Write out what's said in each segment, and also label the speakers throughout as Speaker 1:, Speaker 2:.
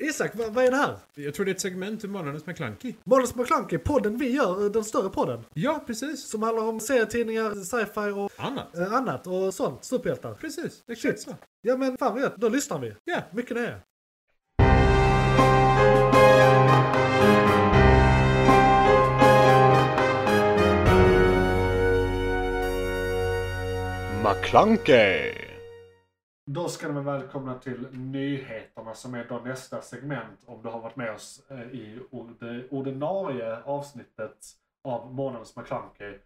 Speaker 1: Isak, vad, vad är det här?
Speaker 2: Jag tror det är ett segment ur Månadens McKlunky.
Speaker 1: Måns McClunky, podden vi gör, eh, den större podden.
Speaker 2: Ja, precis.
Speaker 1: Som handlar om serietidningar, sci-fi och
Speaker 2: Annat.
Speaker 1: eh, annat och sånt. Superhjältar.
Speaker 2: Precis, exakt så.
Speaker 1: Ja men fan vad gött, då lyssnar vi.
Speaker 2: Ja.
Speaker 1: Mycket nöje.
Speaker 3: McClunkey!
Speaker 4: Då ska ni vara välkomna till nyheterna som är då nästa segment om du har varit med oss eh, i o- det ordinarie avsnittet av Månadens McKlunky.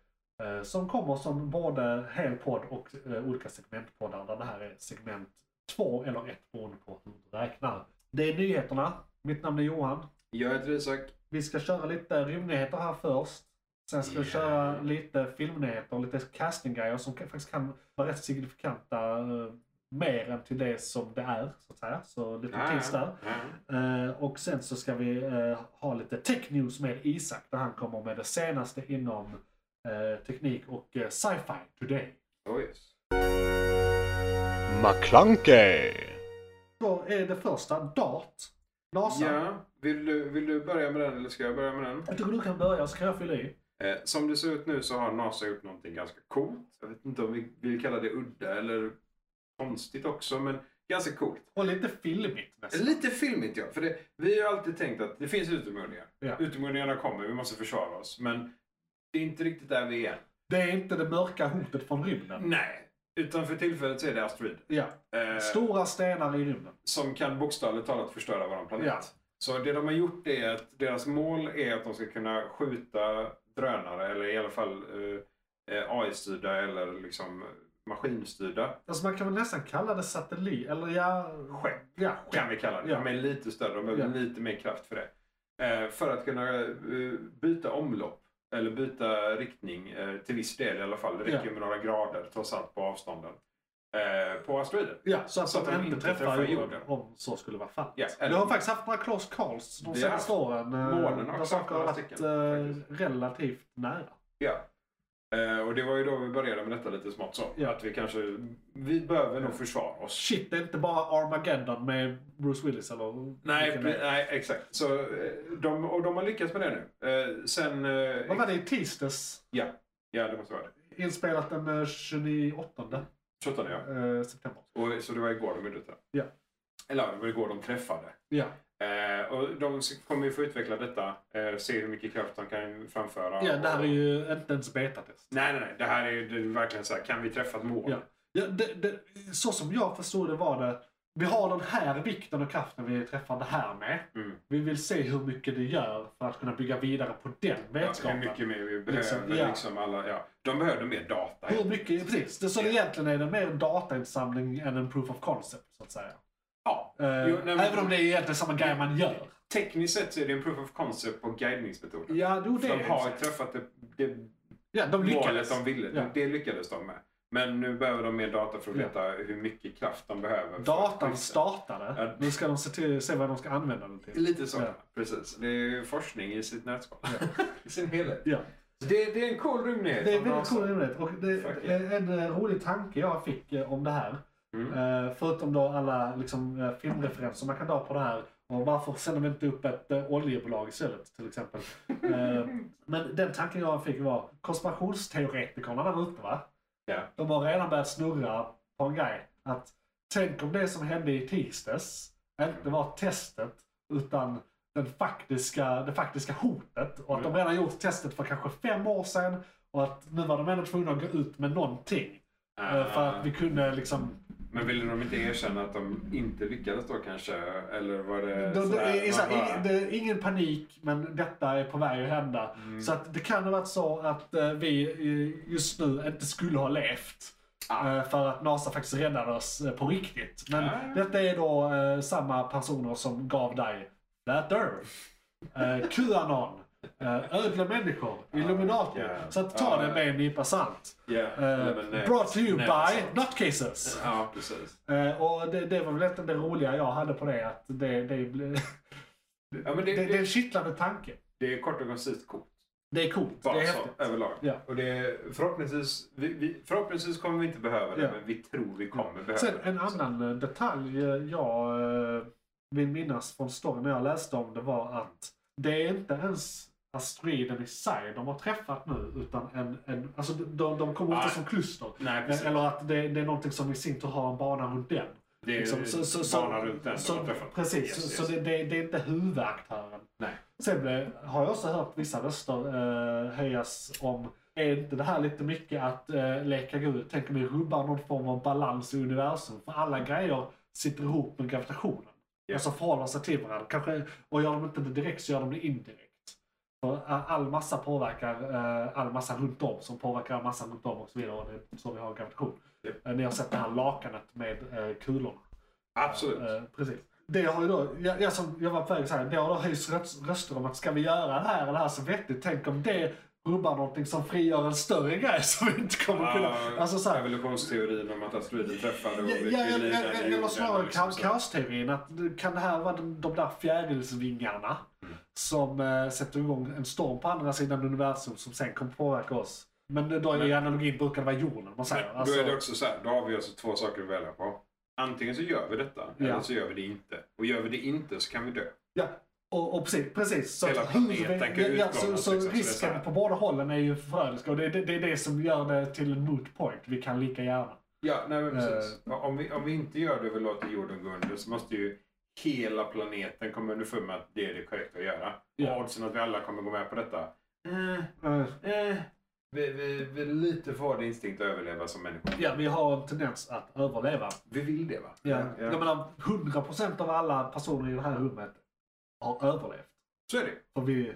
Speaker 4: eh, Som kommer som både hel podd och eh, olika segmentpoddar där det här är segment två eller ett beroende på hur du räknar. Det är nyheterna. Mitt namn är Johan.
Speaker 5: Jag heter Isak.
Speaker 4: Vi ska köra lite rymdnyheter här först. Sen ska vi köra lite filmnyheter och lite castinggrejer som kan- faktiskt kan vara rätt signifikanta. eh, Mer än till det som det är, så att säga. Så lite
Speaker 5: Ja,
Speaker 4: tips där.
Speaker 5: ja, ja.
Speaker 4: Eh, och sen så ska vi eh, ha lite tech news med Isak. Där han kommer med det senaste inom eh, teknik och eh, sci-fi today.
Speaker 5: Oh, yes.
Speaker 3: McClunkey!
Speaker 4: Då är det första DART. NASA.
Speaker 5: Ja, vill du, vill du börja med den eller ska jag börja med den?
Speaker 4: Jag tycker du kan börja så kan jag fylla i.
Speaker 5: Eh, som det ser ut nu så har NASA gjort någonting ganska coolt. Jag vet inte om vi vill kalla det udda eller konstigt också, men ganska coolt.
Speaker 4: Och lite filmigt nästan.
Speaker 5: Lite filmigt ja, för det, vi har ju alltid tänkt att det finns utomordningar.
Speaker 4: Ja.
Speaker 5: Utomordningarna kommer, vi måste försvara oss. Men det är inte riktigt där vi är.
Speaker 4: Det är inte det mörka hotet från rymden.
Speaker 5: Nej, utan för tillfället så är det asteroid.
Speaker 4: Ja.
Speaker 5: Eh,
Speaker 4: Stora stenar i rymden.
Speaker 5: som kan bokstavligt talat förstöra vår planet.
Speaker 4: Ja.
Speaker 5: Så det de har gjort är att deras mål är att de ska kunna skjuta drönare eller i alla fall eh, eh, AI-styrda eller liksom maskinstyrda
Speaker 4: Alltså man kan väl nästan kalla det satellit, eller ja...
Speaker 5: Skepp.
Speaker 4: Ja,
Speaker 5: kan
Speaker 4: skepp.
Speaker 5: vi kalla det.
Speaker 4: Ja.
Speaker 5: De är lite större, de behöver
Speaker 4: Ja.
Speaker 5: lite mer kraft för det. Eh, för att kunna eh, byta omlopp eller byta riktning eh, till viss del i alla fall. Det räcker
Speaker 4: Ja.
Speaker 5: med några grader trots allt på avstånden. Eh, på asteroider.
Speaker 4: Ja, så att,
Speaker 5: Så att
Speaker 4: de inte träffar jorden, om så skulle vara fallet.
Speaker 5: Ja,
Speaker 4: Vi
Speaker 5: eller-
Speaker 4: har faktiskt haft några close calls de
Speaker 5: Vi har
Speaker 4: senaste åren. eh,
Speaker 5: Månen har
Speaker 4: Där saker har
Speaker 5: några
Speaker 4: varit
Speaker 5: stycken,
Speaker 4: eh,
Speaker 5: faktiskt.
Speaker 4: relativt nära.
Speaker 5: Ja. Eh, och det var ju då vi började med detta lite smått så.
Speaker 4: Ja.
Speaker 5: Att vi kanske, vi behöver nog försvara oss.
Speaker 4: Shit, det är inte bara Armageddon med Bruce Willis eller...
Speaker 5: Nej,
Speaker 4: vilken det
Speaker 5: pre-
Speaker 4: är.
Speaker 5: nej, exakt. Så, eh, de, och de har lyckats med det nu. Eh, sen... eh,
Speaker 4: Vad var det i tisdags?
Speaker 5: Ja, ja det måste vara det.
Speaker 4: Inspelat den eh, 28
Speaker 5: 17 ja.
Speaker 4: eh, september.
Speaker 5: Och, så det var igår de gjorde det.
Speaker 4: Ja.
Speaker 5: Eller det var igår de träffade.
Speaker 4: Ja,
Speaker 5: Eh, och de s- kommer ju få utveckla detta. Eh, se hur mycket kraft de kan framföra.
Speaker 4: ja det här är ju inte ens betatest.
Speaker 5: Nej, nej, nej. Det här är ju det är verkligen så här, kan vi träffa ett mål?
Speaker 4: Ja. Ja, det, det, så som jag förstod det var det, vi har den här vikten och kraften vi träffar det här med.
Speaker 5: Mm.
Speaker 4: Vi vill se hur mycket det gör för att kunna bygga vidare på den
Speaker 5: Ja, hur
Speaker 4: vetskapen.
Speaker 5: mycket mer vi behöver.
Speaker 4: Liksom,
Speaker 5: Liksom,
Speaker 4: ja.
Speaker 5: alla, ja. De behövde mer data.
Speaker 4: Hur mycket precis. Det, så
Speaker 5: Ja.
Speaker 4: egentligen är det mer en datainsamling än en proof of concept, så att säga.
Speaker 5: Ja.
Speaker 4: Eh,
Speaker 5: Jo, nej, men-
Speaker 4: Även om det är egentligen samma grej man gör.
Speaker 5: Tekniskt sett så är det en proof of concept på guidningsmetoden.
Speaker 4: Ja, jo,
Speaker 5: För
Speaker 4: det
Speaker 5: de har
Speaker 4: är
Speaker 5: träffat det, det
Speaker 4: Ja, de
Speaker 5: målet
Speaker 4: lyckades.
Speaker 5: de ville.
Speaker 4: Ja.
Speaker 5: Det lyckades de med. Men nu behöver de mer data för att
Speaker 4: Ja.
Speaker 5: veta hur mycket kraft de behöver. för att
Speaker 4: Datan
Speaker 5: skydda.
Speaker 4: startade.
Speaker 5: Ja.
Speaker 4: Nu ska de se, till, se vad de ska använda den till.
Speaker 5: Lite så,
Speaker 4: Ja.
Speaker 5: precis. Det är ju forskning i sitt nätskal. I sin helhet.
Speaker 4: Ja.
Speaker 5: Det, det är en cool rymdnyhet.
Speaker 4: Det är
Speaker 5: från
Speaker 4: väldigt
Speaker 5: NASA.
Speaker 4: cool rymdrätt. Och
Speaker 5: Fuck
Speaker 4: det,
Speaker 5: yeah.
Speaker 4: en, en eh, rolig tanke jag fick eh, om det här.
Speaker 5: Mm.
Speaker 4: Eh, förutom då alla liksom, eh, filmreferenser man kan ta på det här. Och varför sänder vi inte upp ett eh, oljebolag istället till exempel? Eh, men den tanken jag fick var konspirationsteoretikerna där ute va?
Speaker 5: Ja.
Speaker 4: De har redan börjat snurra på en grej. Att tänk om det som hände i tisdags inte
Speaker 5: Mm.
Speaker 4: var testet utan den faktiska, det faktiska hotet. Och att de redan gjort testet för kanske fem år sedan. Och att nu var de ändå tvungna att gå ut med någonting. eh, För att vi kunde liksom
Speaker 5: Men ville de inte erkänna att de inte lyckades då kanske? Eller var det
Speaker 4: Då, det,
Speaker 5: Eh, sådär,
Speaker 4: är,
Speaker 5: man
Speaker 4: så här,
Speaker 5: bara-
Speaker 4: ing- det är ingen panik, men detta är på väg att hända.
Speaker 5: Mm.
Speaker 4: Så att det kan ha varit så att eh, vi eh, just nu inte skulle ha levt.
Speaker 5: Ah.
Speaker 4: Eh, för att NASA faktiskt räddade oss eh, på riktigt. Men
Speaker 5: Ah.
Speaker 4: detta är då eh, samma personer som gav dig That Earth, eh, Qanon, eh, ödla människor, Illuminati.
Speaker 5: yeah.
Speaker 4: Så att ta
Speaker 5: Ah.
Speaker 4: det med en nypa salt.
Speaker 5: Ja,
Speaker 4: Eh,
Speaker 5: nej, men nej.
Speaker 4: brought to you
Speaker 5: Nej,
Speaker 4: by
Speaker 5: sant.
Speaker 4: Nutcases.
Speaker 5: Ja, precis.
Speaker 4: Eh, och det, det var väl egentligen det roliga jag hade på det. Att det, det, blev-
Speaker 5: Ja, men
Speaker 4: det,
Speaker 5: det,
Speaker 4: det är en
Speaker 5: det,
Speaker 4: kittlande tanke.
Speaker 5: det är kort och koncist coolt.
Speaker 4: Det är coolt.
Speaker 5: Bara
Speaker 4: det är
Speaker 5: så,
Speaker 4: häftigt.
Speaker 5: överlag.
Speaker 4: Ja.
Speaker 5: Och det är, förhoppningsvis, vi, vi, förhoppningsvis kommer vi inte behöva det,
Speaker 4: Ja.
Speaker 5: men vi tror vi kommer behöva
Speaker 4: Sen
Speaker 5: det.
Speaker 4: en annan eh, detalj eh, jag eh, vill minnas från storyn jag läste om det var att det är inte ens asteroiden i sig de har träffat nu utan en... en alltså de, de kommer ofta
Speaker 5: Nej.
Speaker 4: som kluster.
Speaker 5: Nej, precis.
Speaker 4: Eller att det, det är någonting som i sin tur har en bana runt den.
Speaker 5: Det är
Speaker 4: Liksom,
Speaker 5: så, banan runt den
Speaker 4: så,
Speaker 5: de har träffat.
Speaker 4: Precis,
Speaker 5: Yes,
Speaker 4: så,
Speaker 5: yes.
Speaker 4: så det, det, det är inte huvudaktören.
Speaker 5: Nej.
Speaker 4: Sen blev, har jag också hört vissa röster eh, höjas om är inte det här lite mycket att eh, leka gud? Tänker vi rubbar någon form av balans i universum? För alla grejer sitter ihop med gravitationen.
Speaker 5: Ja.
Speaker 4: Alltså förhåller sig till varandra. Kanske, och gör de inte det direkt så gör de det indirekt. För a- all massa påverkar eh, all massa runt om som påverkar all massa runt om och så vidare. Och det är så vi har gravitation.
Speaker 5: Ja.
Speaker 4: Eh, ni har sett det här lakanet med eh, kulorna.
Speaker 5: Absolut.
Speaker 4: Eh, precis. Det har ju då, jag, jag, som, jag var på väg att säga, det har då höjts röst- röster om att ska vi göra det här eller det här så vettigt, tänk om det rubbar någonting som frigör en större grej som vi inte kommer kunna...
Speaker 5: Ja,
Speaker 4: alltså så här,
Speaker 5: Evolutionsteorin om att asteroiden träffade och
Speaker 4: Ja, ja,
Speaker 5: vi
Speaker 4: eller-
Speaker 5: lidande i
Speaker 4: eller
Speaker 5: jorden
Speaker 4: snarare
Speaker 5: och liksom
Speaker 4: ka-
Speaker 5: så.
Speaker 4: kaosteorin. Att, kan det här vara de, de där fjärilsvingarna
Speaker 5: Mm.
Speaker 4: som eh, sätter igång en storm på andra sidan universum som sen kommer påverka oss? Men då i
Speaker 5: Men-
Speaker 4: analogin brukar det vara jorden man säger.
Speaker 5: Men
Speaker 4: Alltså,
Speaker 5: Då är det också så här, då har vi alltså två saker att välja på. Antingen så gör vi detta,
Speaker 4: Ja.
Speaker 5: eller så gör vi det inte. Och gör vi det inte så kan vi dö.
Speaker 4: ja, och, och precis, precis. Så,
Speaker 5: Hela
Speaker 4: att
Speaker 5: planeten
Speaker 4: huvud-
Speaker 5: kan ju
Speaker 4: ja, så,
Speaker 5: utplånas,
Speaker 4: så
Speaker 5: liksom, så det är så
Speaker 4: risken
Speaker 5: här.
Speaker 4: på båda hållen är ju förödisk och det, det, det är det som gör det till en moot point. Vi kan lika gärna.
Speaker 5: Ja, nej, men
Speaker 4: Eh.
Speaker 5: precis. Om, vi, om vi inte gör det och vi låter jorden gå under så måste ju hela planeten komma underfund med att det är det korrekta att göra.
Speaker 4: Ja.
Speaker 5: Och oddsen att vi alla kommer gå med på detta. Eh,
Speaker 4: Eh,
Speaker 5: eh. Vi, vi, vi är lite för hård instinkt att överleva som människor.
Speaker 4: Ja, vi har en tendens att överleva.
Speaker 5: Vi vill det va?
Speaker 4: Ja. Jag menar, 100% av alla personer i det här rummet har överlevt.
Speaker 5: Så är det.
Speaker 4: För vi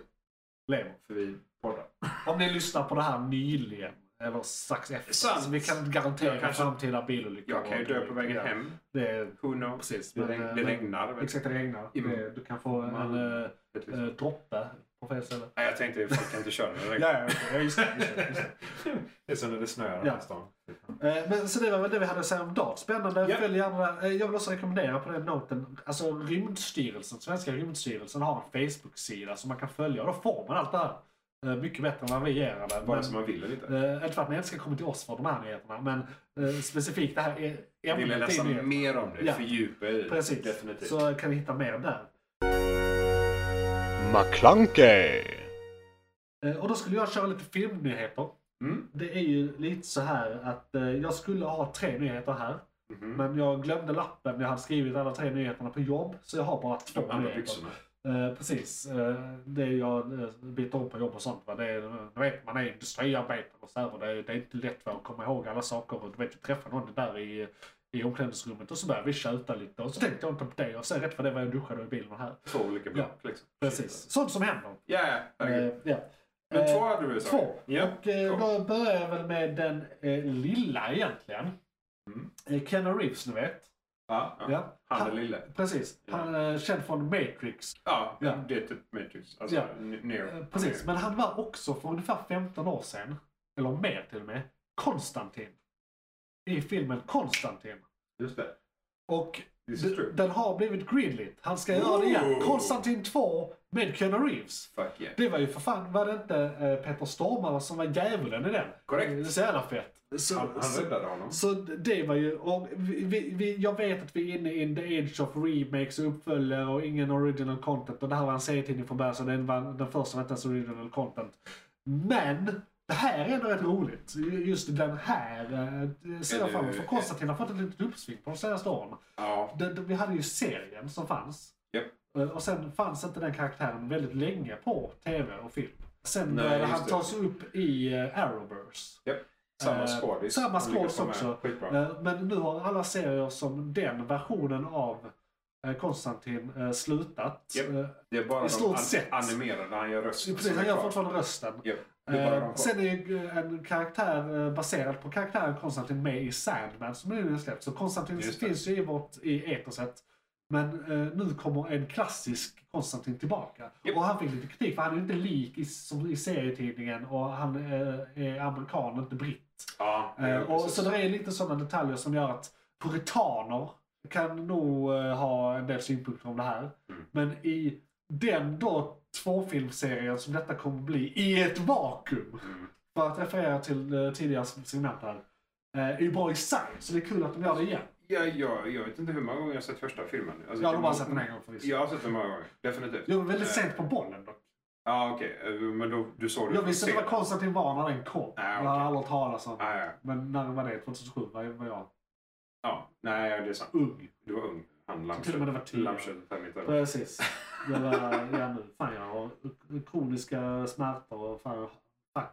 Speaker 4: lever.
Speaker 5: För vi poddar.
Speaker 4: Om ni lyssnar på det här nyligen, eller strax efter,
Speaker 5: Sant.
Speaker 4: så vi kan garantera
Speaker 5: Jag kanske-
Speaker 4: framtida bilolyckor.
Speaker 5: Jag kan ju
Speaker 4: och-
Speaker 5: dö på vägen
Speaker 4: ja,
Speaker 5: hem.
Speaker 4: Det är,
Speaker 5: Who knows?
Speaker 4: precis.
Speaker 5: Det,
Speaker 4: Men,
Speaker 5: regn, det
Speaker 4: men-
Speaker 5: regnar. vet
Speaker 4: Exakt, det regnar.
Speaker 5: Mm.
Speaker 4: Det- Du kan få en
Speaker 5: Man-
Speaker 4: eh,
Speaker 5: du, liksom.
Speaker 4: eh, droppe på fel ställe.
Speaker 5: Nej, jag tänkte folk kan inte köra när det regnar.
Speaker 4: Ja, ja, just det. Just det, just det.
Speaker 5: Det är som när det snöar
Speaker 4: Ja.
Speaker 5: här i stan.
Speaker 4: Eh, Men, så det var väl det vi hade att säga om DART. Spännande.
Speaker 5: Ja.
Speaker 4: Följ gärna. eh, Jag vill också rekommendera på den noten. Alltså Rymdstyrelsen, Svenska Rymdstyrelsen har en Facebook-sida som man kan följa. Och då får man allt det här. Eh, Mycket bättre än vad vi ger det.
Speaker 5: Vare
Speaker 4: Men-
Speaker 5: sig man vill eller inte.
Speaker 4: Eh, Inte för att ni inte ska komma till oss för de här nyheterna, men eh, specifikt det här är-
Speaker 5: Vill jag
Speaker 4: ämnet
Speaker 5: läsa
Speaker 4: i nyheterna.
Speaker 5: mer om det,
Speaker 4: Ja.
Speaker 5: fördjupa i det.
Speaker 4: Precis,
Speaker 5: Definitivt. Mm.
Speaker 4: så kan ni hitta mer där.
Speaker 3: McClunkey!
Speaker 4: Eh, Och då skulle jag köra lite filmnyheter.
Speaker 5: Mm.
Speaker 4: Det är ju lite så här att eh, jag skulle ha tre nyheter här,
Speaker 5: Mhm.
Speaker 4: men jag glömde lappen. Jag hade skrivit alla tre nyheterna på jobb, så jag har bara två
Speaker 5: De andra
Speaker 4: nyheter.
Speaker 5: byxorna.
Speaker 4: Eh, precis. Eh, det jag eh, byter om på jobb och sånt. Va? Det är, du vet, man är industriarbetare och så här, och det, det är inte lätt va, att komma ihåg alla saker. Och du vet, vi träffar någon där i, i omklädningsrummet och så börjar vi tjöta lite. Och så tänkte jag inte på det. Och sen rätt vad det var jag duschade och i bilen och här.
Speaker 5: Två olika block liksom.
Speaker 4: Precis. Sånt som händer.
Speaker 5: Ja, ja. herregud.
Speaker 4: Eh, ja.
Speaker 5: Men två
Speaker 4: Eh,
Speaker 5: hade du sagt?
Speaker 4: två.
Speaker 5: Ja.
Speaker 4: Och eh,
Speaker 5: Kom.
Speaker 4: då börjar jag väl med den eh, lilla egentligen.
Speaker 5: Mm.
Speaker 4: Eh, Keanu Reeves, ni vet.
Speaker 5: Ja, ja.
Speaker 4: Ja.
Speaker 5: Han är lille.
Speaker 4: Precis.
Speaker 5: Ja.
Speaker 4: Han är känd från Matrix.
Speaker 5: Ja,
Speaker 4: Ja.
Speaker 5: det är typ Matrix. Alltså,
Speaker 4: Ja.
Speaker 5: n- Neo.
Speaker 4: Eh, Precis, men han var också för ungefär 15 år sedan, eller mer till och med, Konstantin. I filmen Konstantin.
Speaker 5: Just det.
Speaker 4: Och
Speaker 5: This
Speaker 4: d-
Speaker 5: is true.
Speaker 4: den har blivit greenlit. Han ska göra det igen.
Speaker 5: Ooh.
Speaker 4: Konstantin 2 med Keanu Reeves.
Speaker 5: Fuck yeah.
Speaker 4: Det var ju för fan, var det inte eh, Peter Stormare som var djävulen i den?
Speaker 5: Korrekt.
Speaker 4: Det är så jävla fett. Så,
Speaker 5: Han, han
Speaker 4: så,
Speaker 5: räddade honom.
Speaker 4: så det var ju, och vi, vi, vi, jag vet att vi är inne in the age of remakes och uppföljare och ingen original content. Och det här var en serietidning från början så den, var, den första var inte ens original content. Men det här är ändå rätt roligt. Just den här eh, ser jag
Speaker 5: Är
Speaker 4: fram emot.
Speaker 5: du-
Speaker 4: För Konstantin har fått ett litet uppsving på de senaste åren.
Speaker 5: Ja.
Speaker 4: Det, det, vi hade ju serien som fanns.
Speaker 5: Japp.
Speaker 4: Eh, Och sen fanns inte den karaktären väldigt länge på tv och film. Sen
Speaker 5: Nej,
Speaker 4: började
Speaker 5: just
Speaker 4: han
Speaker 5: det.
Speaker 4: tas upp i eh, Arrowverse.
Speaker 5: Samma
Speaker 4: Eh,
Speaker 5: skådis.
Speaker 4: samma
Speaker 5: Han lyckas
Speaker 4: skådis
Speaker 5: få med.
Speaker 4: också.
Speaker 5: Skitbra.
Speaker 4: Eh, Men nu har alla serier som den versionen av eh, Konstantin eh, slutat.
Speaker 5: Japp.
Speaker 4: Eh,
Speaker 5: Det är bara
Speaker 4: i stort
Speaker 5: de an-
Speaker 4: sett.
Speaker 5: animerade han gör rösten.
Speaker 4: Precis,
Speaker 5: som är
Speaker 4: han gör
Speaker 5: kvar.
Speaker 4: fortfarande rösten.
Speaker 5: Japp, det är bara de
Speaker 4: Eh,
Speaker 5: kvar.
Speaker 4: Sen är ju eh, en karaktär eh, baserad på karaktären Konstantin med i Sandman som nu är släppt. Så Konstantin
Speaker 5: Just det.
Speaker 4: finns ju i vårt i etoset. Men eh, nu kommer en klassisk Konstantin tillbaka.
Speaker 5: Japp.
Speaker 4: Och han fick lite kritik för han är ju inte lik i, som i serietidningen och han eh, är amerikan och inte britt.
Speaker 5: Ja,
Speaker 4: Eh,
Speaker 5: ja,
Speaker 4: och,
Speaker 5: precis.
Speaker 4: så det är lite sådana detaljer som gör att puritaner kan nog eh, ha en del synpunkter om det här.
Speaker 5: Mm.
Speaker 4: Men i den då tvåfilmserien som detta kommer bli, i ett vakuum,
Speaker 5: Mm.
Speaker 4: för att referera till eh, tidigare segment här, eh, är ju bra i sig. Så det är kul att de gör det igen.
Speaker 5: Jag, jag, jag vet inte hur många gånger jag har sett första filmen. Alltså,
Speaker 4: Jag har
Speaker 5: det-
Speaker 4: bara sett den en gång förvisso.
Speaker 5: Jag har sett den många gånger, definitivt.
Speaker 4: Jag var väldigt
Speaker 5: Eh,
Speaker 4: sent på bollen dock.
Speaker 5: Ja, okej. Eh, Men då, du såg
Speaker 4: Jag visste inte vad
Speaker 5: sen.
Speaker 4: Konstantin var när den kom.
Speaker 5: Nej,
Speaker 4: Jag
Speaker 5: okej. Ah.
Speaker 4: hade aldrig hört talas om den.
Speaker 5: Ja, ja.
Speaker 4: Men när var det? 2007 var jag- var jag
Speaker 5: Ja, nej, det är sant.
Speaker 4: ung.
Speaker 5: Du var ung. Han
Speaker 4: till och med det var tidigare.
Speaker 5: lammköttet här mitt över.
Speaker 4: Precis. Jag var, ja nu, fan jag har kroniska smärtor och fan, fuck,
Speaker 5: Ja,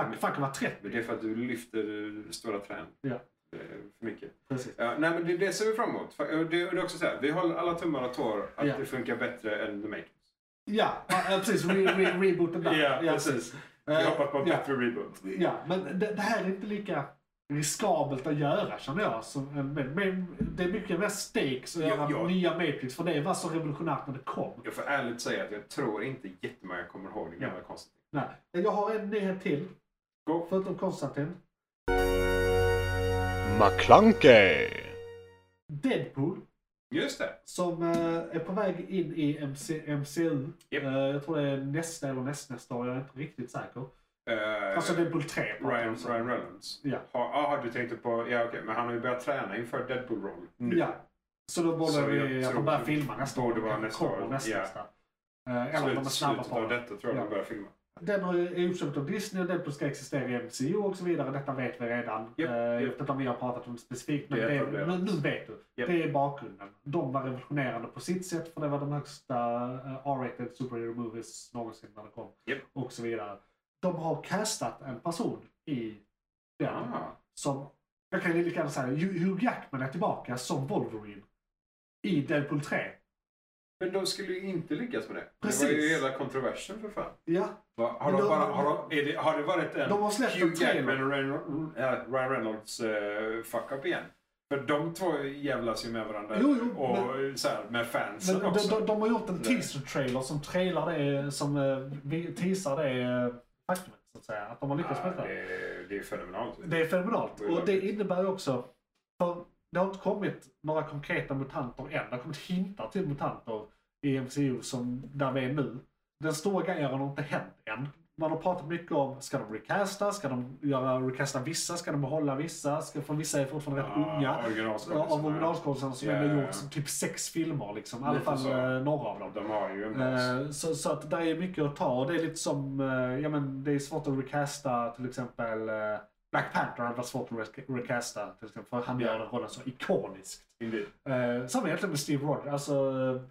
Speaker 4: fuck,
Speaker 5: men-
Speaker 4: fuck jag var
Speaker 5: Men det är
Speaker 4: 30.
Speaker 5: för att du lyfter eh, stora trän.
Speaker 4: Ja.
Speaker 5: Det är för mycket.
Speaker 4: Precis.
Speaker 5: Ja, nej, men det, det ser vi fram emot. För- och Det, och det är också så här, vi håller alla tummar och tår att
Speaker 4: Ja.
Speaker 5: det funkar bättre än The Makers.
Speaker 4: Ja, ja, precis. Re, re, rebooten där.
Speaker 5: Vi hoppas på en
Speaker 4: Eh, ja.
Speaker 5: bättre reboot.
Speaker 4: Ja, men det, det här är inte lika riskabelt att göra känner jag. Som, en- men, men det är mycket mer stakes att
Speaker 5: Ja,
Speaker 4: göra
Speaker 5: ja.
Speaker 4: nya Matrix. För det var så revolutionärt när det kom.
Speaker 5: Jag får ärligt säga att jag tror inte jättemånga kommer ihåg den gamla konsten.
Speaker 4: Nej. Jag har en nyhet till.
Speaker 5: Gå.
Speaker 4: Förutom Konstantin.
Speaker 3: McClunkey.
Speaker 4: Deadpool.
Speaker 5: Just det!
Speaker 4: Som eh, är på väg in i MC, MCU.
Speaker 5: Japp.
Speaker 4: Eh, jag tror det är nästa eller nästnästa år, jag är inte riktigt säker.
Speaker 5: Eh,
Speaker 4: Alltså Deadpool 3. pratar jag
Speaker 5: Ryan,
Speaker 4: om.
Speaker 5: Ryan Reynolds.
Speaker 4: Ja.
Speaker 5: Har, aha, du tänkte på... Ja, okej. Men han har ju börjat träna inför Deadpool-roll nu.
Speaker 4: Ja. Så då
Speaker 5: Så
Speaker 4: borde
Speaker 5: jag
Speaker 4: vi att
Speaker 5: tror
Speaker 4: de börjar
Speaker 5: det
Speaker 4: filma nästa
Speaker 5: borde
Speaker 4: år.
Speaker 5: vara
Speaker 4: Kommer
Speaker 5: nästa år,
Speaker 4: Nästa,
Speaker 5: ja.
Speaker 4: nästa. Eh, eller de är
Speaker 5: Slut,
Speaker 4: snabba
Speaker 5: slutet
Speaker 4: på
Speaker 5: av
Speaker 4: det.
Speaker 5: detta tror jag
Speaker 4: Ja.
Speaker 5: de börjar filma.
Speaker 4: Den har ju- är uppköpt av Disney och Deadpool ska existera i MCU och så vidare. Detta vet vi redan.
Speaker 5: Japp,
Speaker 4: Eh,
Speaker 5: japp.
Speaker 4: Jag vet inte om vi har pratat om det specifikt, men
Speaker 5: Det är
Speaker 4: det,
Speaker 5: problemet.
Speaker 4: nu, nu vet du.
Speaker 5: Japp.
Speaker 4: Det är bakgrunden. De var revolutionerande på sitt sätt, för det var de högsta eh, R-rated superhero movies någonsin när det kom.
Speaker 5: Japp.
Speaker 4: Och så vidare. De har castat en person i den
Speaker 5: Ah,
Speaker 4: som... Jag kan ju lika gärna säga Hugh Hugh Jackman är tillbaka som Wolverine i Deadpool 3.
Speaker 5: men de skulle ju inte lyckas med det. Det var ju
Speaker 4: Precis.
Speaker 5: hela kontroversen för fan.
Speaker 4: Ja,
Speaker 5: Va, har,
Speaker 4: Men
Speaker 5: de,
Speaker 4: de-
Speaker 5: bara, har, de, är det, har det varit en
Speaker 4: De har släppt en
Speaker 5: Hugh
Speaker 4: trailer.
Speaker 5: Jackman och Ryan, äh, Ryan Reynolds eh, fuck-up igen? För de två jävlas ju med varandra
Speaker 4: Jo, jo,
Speaker 5: och så här, med fansen
Speaker 4: Men de,
Speaker 5: också.
Speaker 4: de, de har gjort en
Speaker 5: Nej.
Speaker 4: teaser-trailer som trailar det, som eh, vi- teasar det eh, faktumet, så att säga. Att de har lyckats med det.
Speaker 5: ja, Ah, det, det är fenomenalt.
Speaker 4: Det är fenomenalt.
Speaker 5: Det är
Speaker 4: Och det
Speaker 5: verkligen.
Speaker 4: innebär ju också, för det har inte kommit några konkreta mutanter än. Det har kommit hintar till mutanter i MCU som där vi är nu. Den stora grejen har nog inte hänt än. Man har pratat mycket om, ska de recasta? Ska de göra, recasta vissa? Ska de behålla vissa? Ska, för vissa är fortfarande rätt
Speaker 5: Ja,
Speaker 4: unga.
Speaker 5: originalskådisarna.
Speaker 4: Av originalskådisarna som
Speaker 5: Ja,
Speaker 4: ändå
Speaker 5: ja,
Speaker 4: gjort
Speaker 5: ja.
Speaker 4: typ sex filmer liksom. I alla
Speaker 5: Lite
Speaker 4: fall
Speaker 5: så.
Speaker 4: eh, några av dem.
Speaker 5: De har ju en bas.
Speaker 4: Eh, Så, så att där är mycket att ta och det är lite som, eh, ja men det är svårt att recasta till exempel eh, Black Panther hade varit svårt att rec- recasta till exempel för han gör den rollen så ikoniskt.
Speaker 5: Indeed.
Speaker 4: Eh, samma egentligen med Steve Rogers, alltså,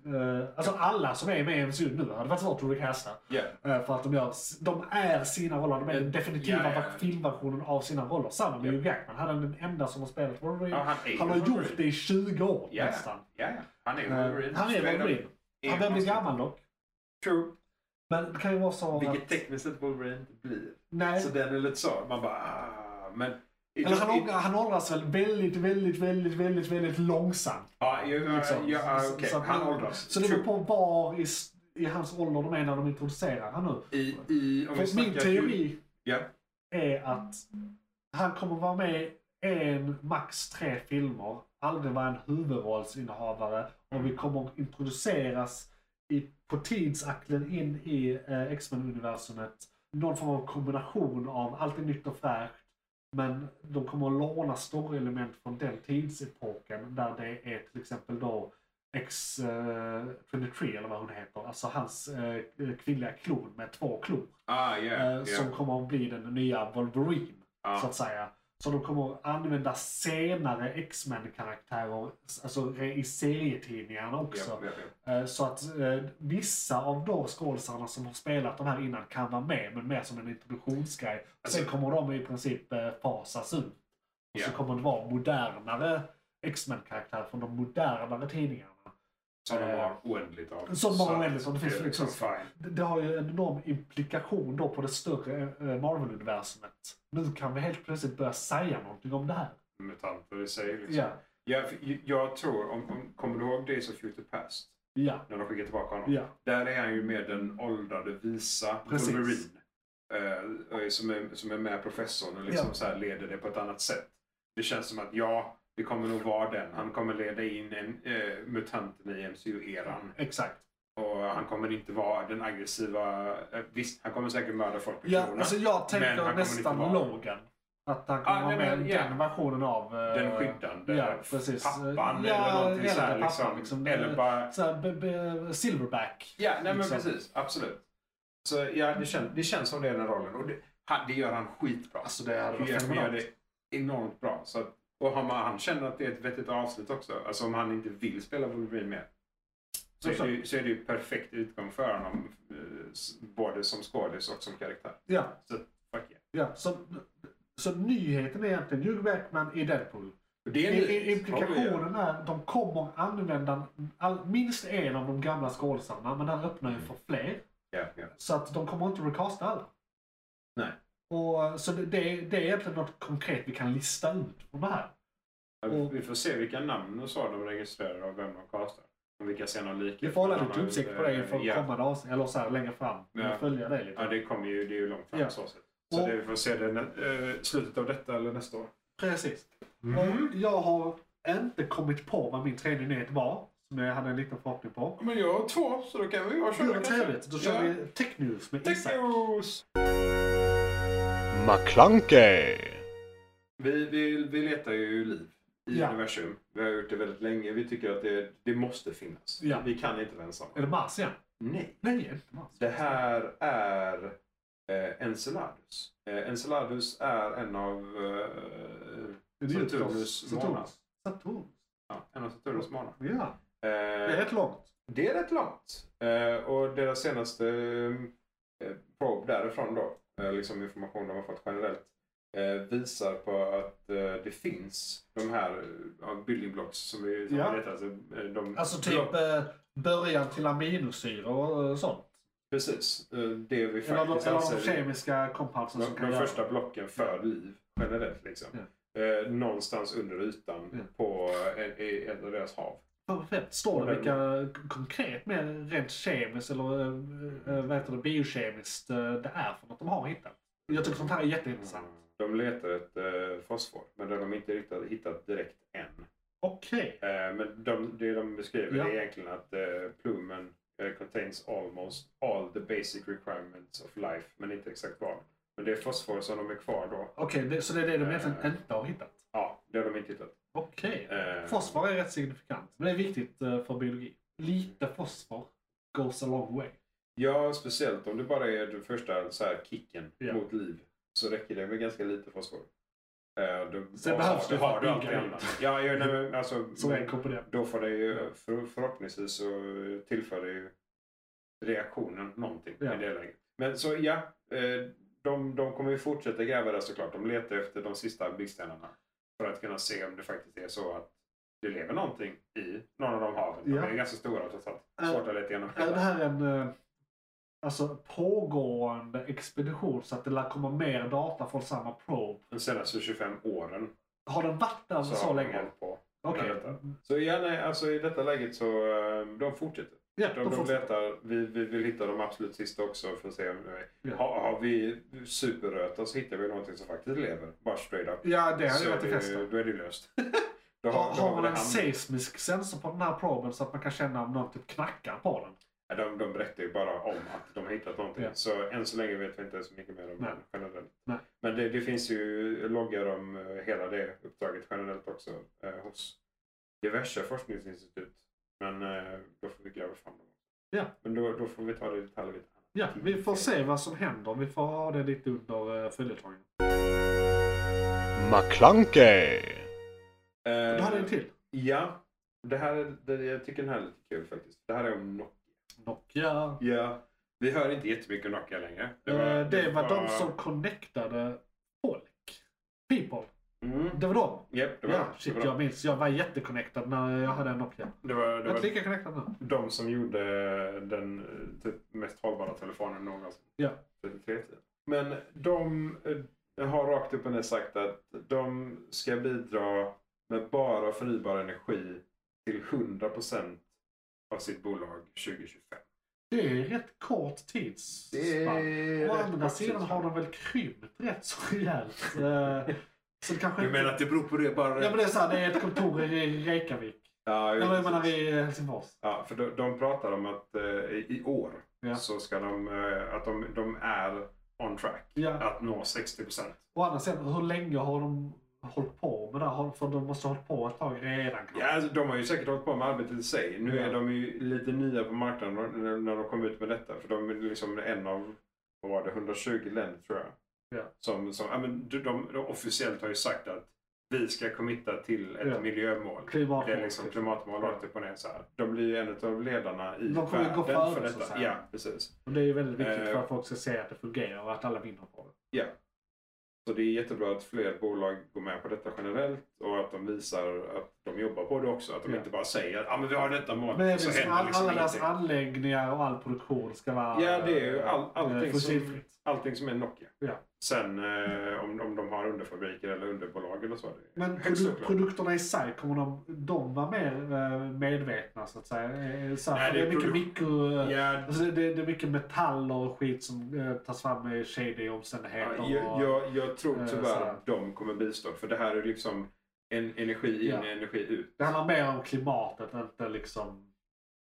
Speaker 4: eh, alltså alla som är med i MCU nu hade varit svårt att recasta.
Speaker 5: Yeah.
Speaker 4: Eh, för att de, gör, s- de är sina roller, de är den definitiva
Speaker 5: Ja, ja, ja.
Speaker 4: filmversionen av sina roller. Samma med
Speaker 5: Ja.
Speaker 4: Hugh Jackman, han är den enda som har spelat Wolverine.
Speaker 5: Ja, han är ju
Speaker 4: han har
Speaker 5: Wolverine.
Speaker 4: gjort det i 20 år
Speaker 5: Ja,
Speaker 4: nästan.
Speaker 5: ja, ja. Han är ju
Speaker 4: Eh,
Speaker 5: Wolverine.
Speaker 4: han är
Speaker 5: Straight up.
Speaker 4: Wolverine. Han börjar
Speaker 5: Är
Speaker 4: bli
Speaker 5: konstigt.
Speaker 4: gammal dock.
Speaker 5: True.
Speaker 4: Men det kan ju vara så
Speaker 5: Vilket
Speaker 4: att...
Speaker 5: tekniskt sett Wolverine inte blir.
Speaker 4: Nej.
Speaker 5: Så den är lite så. Man bara ah, men...
Speaker 4: Eller han,
Speaker 5: It-
Speaker 4: åldras- han åldras väl väldigt, väldigt, väldigt, väldigt, väldigt långsamt.
Speaker 5: Ja, ja,
Speaker 4: liksom.
Speaker 5: ja, ja
Speaker 4: Så-
Speaker 5: okej.
Speaker 4: så att-
Speaker 5: Han åldras.
Speaker 4: Så det beror på var i, s- i hans ålder de är när de introducerar han nu.
Speaker 5: I, i, om vi
Speaker 4: För min
Speaker 5: snackar Hugh-
Speaker 4: teori
Speaker 5: Ja,
Speaker 4: är att han kommer vara med en, max tre filmer. Aldrig vara en huvudrollsinnehavare. Och vi kommer att introduceras i, på tidsakten in i eh, X-Men-universumet. Någon form av kombination av allt är nytt och fräscht. Men de kommer att låna stora element från den tidsepoken där det är till exempel då X-23 eller vad hon heter. Alltså hans eh, kvinnliga klon med två klor.
Speaker 5: ah, ja,
Speaker 4: Eh,
Speaker 5: ja.
Speaker 4: som kommer att bli den nya Wolverine.
Speaker 5: Ja.
Speaker 4: Så att säga. Så de kommer att använda senare X-Men-karaktärer alltså re- i serietidningarna också.
Speaker 5: Ja, ja,
Speaker 4: Eh, Så att eh, vissa av de skådisarna som har spelat de här innan kan vara med, men mer som en introduktionsgrej. Och Sen
Speaker 5: Alltså-
Speaker 4: kommer de i princip eh, fasas ut. Och
Speaker 5: Ja.
Speaker 4: så kommer det vara modernare X-Men-karaktärer från de modernare tidningarna.
Speaker 5: Som de har oändligt av.
Speaker 4: Som Eh, har
Speaker 5: Så-
Speaker 4: oändligt, som det finns
Speaker 5: eh,
Speaker 4: liksom.
Speaker 5: Fine.
Speaker 4: Det det har ju en enorm implikation då på det större eh, Marvel-universumet. Nu kan vi helt plötsligt börja säga någonting om det här.
Speaker 5: Mutanter i sig. Liksom.
Speaker 4: Ja,
Speaker 5: Ja, för j- jag tror, om, om, kommer du ihåg Days of Future Past?
Speaker 4: ja,
Speaker 5: När de skickar tillbaka honom.
Speaker 4: ja.
Speaker 5: Där är han ju med den åldrade visa
Speaker 4: Precis.
Speaker 5: Wolverine. Eh, eh, som, är, som är med professorn och liksom så här leder det på ett annat sätt. Det känns som att ja, det kommer nog vara den. Han kommer leda in en, eh, mutanten i MCU-eran.
Speaker 4: Exakt.
Speaker 5: Och han kommer inte vara den aggressiva... eh, Visst, han kommer säkert mörda folk med
Speaker 4: Ja,
Speaker 5: klorna.
Speaker 4: alltså jag
Speaker 5: Men han
Speaker 4: tänker
Speaker 5: kommer inte
Speaker 4: nästan
Speaker 5: vara-
Speaker 4: Logan. Att han kommer
Speaker 5: Ah,
Speaker 4: vara
Speaker 5: nej,
Speaker 4: med
Speaker 5: men,
Speaker 4: i
Speaker 5: ja.
Speaker 4: den versionen av... eh,
Speaker 5: Den skyddande
Speaker 4: ja, precis.
Speaker 5: pappan
Speaker 4: Ja,
Speaker 5: eller någonting
Speaker 4: eller
Speaker 5: så här,
Speaker 4: pappan,
Speaker 5: liksom,
Speaker 4: liksom.
Speaker 5: Eller bara...
Speaker 4: Så här, be, be, silverback.
Speaker 5: Ja, nej men
Speaker 4: liksom.
Speaker 5: precis. Absolut. Så ja, det, kän, det känns som det är den rollen. Och det, han, det gör han skitbra.
Speaker 4: Alltså det hade
Speaker 5: han
Speaker 4: varit
Speaker 5: gör, gör
Speaker 4: fenomenalt.
Speaker 5: det enormt bra. Så att, och har man, han känner att det är ett vettigt avslut också. Alltså om han inte vill spela Wolverine mer. Så är, det, ju- så är det ju perfekt utgång för honom. eh, s- Både som skådis och som karaktär.
Speaker 4: Ja,
Speaker 5: Så fuck yeah.
Speaker 4: ja. Så, så nyheten är egentligen Hugh Jackman i Deadpool.
Speaker 5: Och Det är
Speaker 4: I-
Speaker 5: nytt.
Speaker 4: i-
Speaker 5: Oh, ja.
Speaker 4: Implikationen är att de kommer använda all, minst en av de gamla skådisarna, men den öppnar ju för fler.
Speaker 5: Ja, ja.
Speaker 4: Så att de kommer inte recasta alla.
Speaker 5: Nej.
Speaker 4: Och, så det, det, är- det är egentligen något konkret vi kan lista ut från det här.
Speaker 5: Ja, vi-
Speaker 4: Och-
Speaker 5: Vi får se vilka namn och så de registrerar och vem de castar. Om vi kan se någon likhet.
Speaker 4: Vi får hålla
Speaker 5: mellan
Speaker 4: lite
Speaker 5: dem.
Speaker 4: uppsikt på det inför
Speaker 5: eh, Ja.
Speaker 4: kommande avsnitt, eller så här längre fram.
Speaker 5: Ja.
Speaker 4: Ja. Följa det lite.
Speaker 5: Ja, det kommer ju. Det är ju långt fram
Speaker 4: Ja.
Speaker 5: så sett. Så
Speaker 4: Och-
Speaker 5: det, vi får se det nä- eh, slutet av detta eller nästa år.
Speaker 4: Precis.
Speaker 5: Mm.
Speaker 4: Och jag har inte kommit på vad min tredje nyhet var, som jag hade en liten förhoppning på.
Speaker 5: Men jag har två, så då kan vi bara
Speaker 4: Gud vad trevligt! Då kör vi Tech News med Isak.
Speaker 3: McClunkey!
Speaker 5: Vi, vi, vi letar ju liv i
Speaker 4: Ja.
Speaker 5: universum. Vi har gjort det väldigt länge. Vi tycker att det, det måste finnas.
Speaker 4: Ja.
Speaker 5: Vi kan inte vara ensamma.
Speaker 4: Är det Mars igen?
Speaker 5: Nej.
Speaker 4: Nej, det är inte Mars.
Speaker 5: Det här är eh, Enceladus. Eh, Enceladus är en av eh,
Speaker 4: Är det Jupiters-
Speaker 5: Saturnus månar.
Speaker 4: Saturnus. Saturnus.
Speaker 5: Ja, en av Saturnus månar.
Speaker 4: Ja, det är
Speaker 5: Eh,
Speaker 4: rätt långt.
Speaker 5: det är rätt långt. Eh, och deras senaste eh, probe därifrån då, eh, liksom information de har fått generellt, eh, visar på att eh, det finns de här eh, building blocks som vi som
Speaker 4: Ja.
Speaker 5: vi letar alltså, eh, de,
Speaker 4: Alltså typ eh, början till aminosyror och eh, sånt.
Speaker 5: Precis, eh, det vi
Speaker 4: Eller, de-
Speaker 5: faktiskt
Speaker 4: eller de
Speaker 5: anser-
Speaker 4: kemiska kompoundsen som
Speaker 5: De,
Speaker 4: kan
Speaker 5: de
Speaker 4: göra.
Speaker 5: första blocken för liv generellt. Liksom. Eh, någonstans under ytan
Speaker 4: Ja.
Speaker 5: på eh, i ett av deras hav.
Speaker 4: Perfekt. Står det
Speaker 5: Och
Speaker 4: vilka konkret mer rent kemiskt eller eh, eh, vad heter det, biokemiskt eh, det är för något de har hittat? Jag tycker sånt här är jätteintressant.
Speaker 5: De letar ett eh, fosfor, men det har de inte riktigt hittat direkt än.
Speaker 4: Okej.
Speaker 5: Eh, men de, det de beskriver
Speaker 4: Ja.
Speaker 5: är egentligen att eh, plumen eh, contains almost all the basic requirements of life, men inte exakt vad. Men det är fosfor som de är kvar då.
Speaker 4: Okej, det- så det är det de egentligen
Speaker 5: Eh.
Speaker 4: inte har hittat?
Speaker 5: Ja, det har de inte hittat.
Speaker 4: Okej.
Speaker 5: Eh,
Speaker 4: Fosfor är rätt signifikant. Men det är viktigt eh, för biologi. Lite fosfor goes a long way.
Speaker 5: Ja, speciellt om det bara är den första så här kicken
Speaker 4: Ja.
Speaker 5: mot liv. Så räcker det med ganska lite fosfor. Eh, då-
Speaker 4: Sen
Speaker 5: och
Speaker 4: behövs det
Speaker 5: har- då
Speaker 4: för
Speaker 5: har
Speaker 4: att
Speaker 5: du
Speaker 4: bygga
Speaker 5: alltid
Speaker 4: liv.
Speaker 5: annat. Ja, ja nej, men, alltså,
Speaker 4: Så
Speaker 5: men
Speaker 4: en komponent.
Speaker 5: då får det ju för, förhoppningsvis så tillför det ju reaktionen någonting
Speaker 4: Ja.
Speaker 5: i det läget. Men så ja, eh, de, de kommer ju fortsätta gräva där såklart. De letar efter de sista byggstenarna för att kunna se om det faktiskt är så att det lever någonting i någon av de haven.
Speaker 4: Ja.
Speaker 5: De är ganska stora trots allt.
Speaker 4: Äh,
Speaker 5: Svårt att leta igenom.
Speaker 4: Är det här en eh, alltså, pågående expedition så att det lär komma mer data från samma probe?
Speaker 5: de senaste 25 åren
Speaker 4: Har den varit där så,
Speaker 5: har de
Speaker 4: länge?
Speaker 5: hållit på.
Speaker 4: Okej.
Speaker 5: med detta. Så ja, nej, alltså i detta läget så eh, de fortsätter.
Speaker 4: Ja,
Speaker 5: De,
Speaker 4: då
Speaker 5: de
Speaker 4: fortsätter.
Speaker 5: letar, vi, vi vill hitta de absolut sista också för att se om eh,
Speaker 4: Ja.
Speaker 5: har, har vi superröta så hittar vi någonting som faktiskt lever. Bara straight up.
Speaker 4: Ja, det hade
Speaker 5: så
Speaker 4: varit det bästa.
Speaker 5: då är det löst. då
Speaker 4: Har,
Speaker 5: då
Speaker 4: har man
Speaker 5: vi
Speaker 4: en
Speaker 5: hand-
Speaker 4: seismisk sensor på den här proben så att man kan känna om någon typ knackar på den?
Speaker 5: Nej, de, de berättar ju bara om att de har hittat någonting.
Speaker 4: Ja.
Speaker 5: Så än så länge vet vi inte så mycket mer om
Speaker 4: Nej.
Speaker 5: det generellt.
Speaker 4: Nej.
Speaker 5: Men det, det finns ju loggar om eh, hela det uppdraget generellt också eh, hos diverse forskningsinstitut. Men eh, då får vi gräva fram dem.
Speaker 4: Ja.
Speaker 5: Men då, då får vi ta det i detalj vid ett annat
Speaker 4: Ja, vi får
Speaker 5: tillfälle.
Speaker 4: se vad som händer. Vi får ha det lite under eh, följetongen.
Speaker 3: McClunkey!
Speaker 5: Eh,
Speaker 4: Du hade en till?
Speaker 5: Ja. Det här, är- det, jag tycker den här är lite kul faktiskt. Det här är om Nokia.
Speaker 4: Nokia.
Speaker 5: Ja. Vi hör inte jättemycket om Nokia längre.
Speaker 4: Det var, Eh, det var de som connectade folk. People.
Speaker 5: Mm.
Speaker 4: Det var de.
Speaker 5: Japp, det var,
Speaker 4: Ja, shit,
Speaker 5: det var,
Speaker 4: jag minns. Jag var jätteconnectad när jag hade en Nokia.
Speaker 5: det var, det
Speaker 4: Jag är
Speaker 5: var
Speaker 4: inte lika connectad nu.
Speaker 5: de som gjorde den eh, typ, mest hållbara telefonen någonsin.
Speaker 4: Ja.
Speaker 5: 33. Men de eh, har rakt upp och ner sagt att de ska bidra med bara förnybar energi till 100% av sitt bolag 2025.
Speaker 4: Det är rätt kort tidsspann. Å andra sidan har de väl krympt rätt så rejält. Eh, så det kanske
Speaker 5: Du
Speaker 4: inte-
Speaker 5: menar att det beror på det bara?
Speaker 4: Ja men det är såhär, det är ett kontor i Reykjavik.
Speaker 5: Ja,
Speaker 4: Eller jag
Speaker 5: precis.
Speaker 4: menar i Helsingfors.
Speaker 5: Ja, för de, de pratar om att eh, i i år
Speaker 4: Ja.
Speaker 5: så ska de, eh, att de, de är on track.
Speaker 4: Ja.
Speaker 5: Att nå 60%.
Speaker 4: Å andra sidan, hur länge har de hållit på med det här? Har- För de måste ha hållit på ett tag redan. kanske.
Speaker 5: Ja, alltså, de har ju säkert hållit på med arbetet i sig. Nu
Speaker 4: Ja.
Speaker 5: är de ju lite nya på marknaden när- när de kom ut med detta. För de är liksom en av, vad var det, 120 länder tror jag.
Speaker 4: Ja.
Speaker 5: Som, som, ja, men de, de, de officiellt har ju sagt att vi ska committa till ett
Speaker 4: Ja.
Speaker 5: miljömål.
Speaker 4: Klimatmål,
Speaker 5: Det är liksom klimatmål
Speaker 4: Ja.
Speaker 5: rakt upp och ner så här. De blir ju en av ledarna i
Speaker 4: De kommer ju gå
Speaker 5: världen
Speaker 4: före, så att säga.
Speaker 5: Ja, precis.
Speaker 4: Och det är ju väldigt viktigt
Speaker 5: Eh.
Speaker 4: för att folk ska se att det fungerar och att alla vinner på det.
Speaker 5: Så det är jättebra att fler bolag går med på detta generellt och att de visar att de jobbar på det också. Att de
Speaker 4: Ja.
Speaker 5: inte bara säger att ah, men vi har detta mål
Speaker 4: Men det är
Speaker 5: så
Speaker 4: liksom,
Speaker 5: händer
Speaker 4: all,
Speaker 5: liksom
Speaker 4: alla deras
Speaker 5: ingenting.
Speaker 4: anläggningar och all produktion ska vara
Speaker 5: Ja, det är ju all,
Speaker 4: eh,
Speaker 5: allting, som,
Speaker 4: fossilfritt.
Speaker 5: allting som är Nokia.
Speaker 4: Ja.
Speaker 5: Sen eh, om, om de har underfabriker eller underbolag eller så. Det är
Speaker 4: Men
Speaker 5: högst
Speaker 4: produ-
Speaker 5: oklart.
Speaker 4: produkterna i sig, kommer de, de vara mer eh, medvetna så att säga? Eh, Så här,
Speaker 5: Nej,
Speaker 4: för det
Speaker 5: det
Speaker 4: är
Speaker 5: är
Speaker 4: mycket
Speaker 5: produ-
Speaker 4: mikro... eh,
Speaker 5: Ja,
Speaker 4: Alltså det, det är mycket metaller och skit som eh, tas fram i shady omständigheter.
Speaker 5: Ja,
Speaker 4: och-
Speaker 5: jag, jag, jag
Speaker 4: eh,
Speaker 5: tror tyvärr
Speaker 4: sådär.
Speaker 5: att de kommer bistå. För det här är liksom en energi in
Speaker 4: Ja.
Speaker 5: och energi ut.
Speaker 4: Det handlar mer om klimatet, inte liksom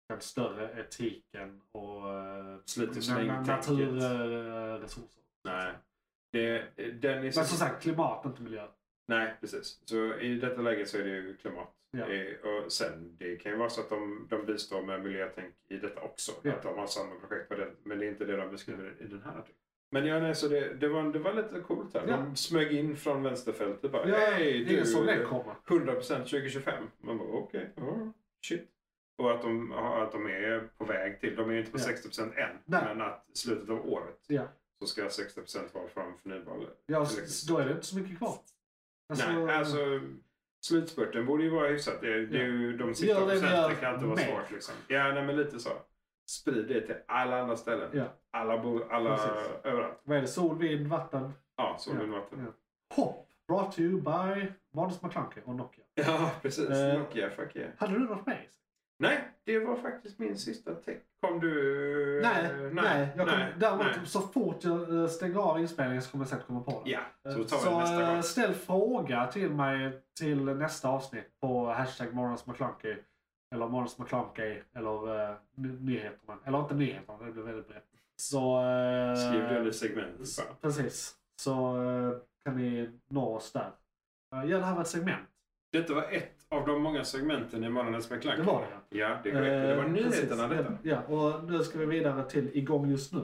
Speaker 4: den större etiken och eh,
Speaker 5: Slit och
Speaker 4: na-
Speaker 5: släng
Speaker 4: na- naturresurser.
Speaker 5: Nej. Det, den är
Speaker 4: Men som sagt, klimat, inte miljö.
Speaker 5: Nej, precis. Så i detta läget så är det ju klimat.
Speaker 4: Ja.
Speaker 5: Eh, Och sen, det kan ju vara så att de, de bistår med miljötänk i detta också.
Speaker 4: Ja.
Speaker 5: Att de har samma projekt på det, men det är inte det de beskriver i den här artikeln. Men ja, nej, så det, det, var, det var lite coolt här. De
Speaker 4: Ja.
Speaker 5: smög in från vänsterfältet bara.
Speaker 4: Ja,
Speaker 5: Hej,
Speaker 4: Ingen såg det
Speaker 5: du!
Speaker 4: komma.
Speaker 5: 100% 2025. Man bara okej, ja, shit. Och att de, att de är på väg till, de är ju inte på
Speaker 4: Ja.
Speaker 5: 60% än,
Speaker 4: Nej.
Speaker 5: men att i slutet av året
Speaker 4: Ja.
Speaker 5: så ska 60% vara från förnybar
Speaker 4: Ja, så, så då är det inte så mycket kvar.
Speaker 5: Nej, alltså slutspurten borde ju vara hyfsat. Det, det är ju de sista
Speaker 4: Gör det vi gör
Speaker 5: procenten kan inte vara
Speaker 4: med.
Speaker 5: svårt. Liksom. Ja, nej, men lite så. Sprid det till alla andra ställen.
Speaker 4: Ja.
Speaker 5: Alla, bo, alla
Speaker 4: Precis.
Speaker 5: överallt.
Speaker 4: Vad är det? Sol, vind, vatten?
Speaker 5: Ja, sol, vind, vatten.
Speaker 4: Hopp! Brought to you by Måns McClunky och Nokia.
Speaker 5: Ja, precis.
Speaker 4: Eh.
Speaker 5: Nokia, fuck yeah.
Speaker 4: Hade du något med?
Speaker 5: Eh, Nej, det var faktiskt min sista tech. Kom du...
Speaker 4: Nej, nej.
Speaker 5: eh,
Speaker 4: jag kom,
Speaker 5: nej,
Speaker 4: däremot
Speaker 5: nej.
Speaker 4: så fort jag eh, stänger av inspelningen så kommer jag säkert komma på det.
Speaker 5: Ja, så
Speaker 4: Eh,
Speaker 5: tar vi det nästa
Speaker 4: eh,
Speaker 5: gång.
Speaker 4: ställ fråga till mig till nästa avsnitt på hashtag morgonsmclunky. Eller morgonsmclunky. Eller eh, ny- nyheterna. Eller inte nyheterna, det blir väldigt brett. Så... eh,
Speaker 5: Skriv det under segmentet.
Speaker 4: s-
Speaker 5: bara.
Speaker 4: Precis. Så eh, kan ni nå oss där. Eh, ja, det här var ett segment.
Speaker 5: Detta var ett av de många segmenten i Månadens McClunky.
Speaker 4: Det var det, ja.
Speaker 5: Ja, det är korrekt.
Speaker 4: Eh,
Speaker 5: det var
Speaker 4: precis.
Speaker 5: nyheterna detta.
Speaker 4: Ja, och nu ska vi vidare till igång just nu.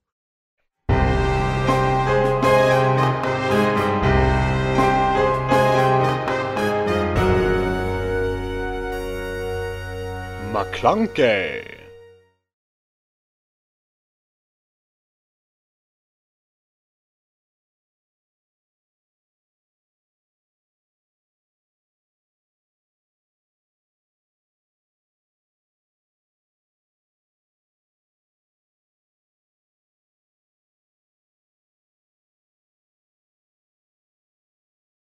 Speaker 3: McClunkey!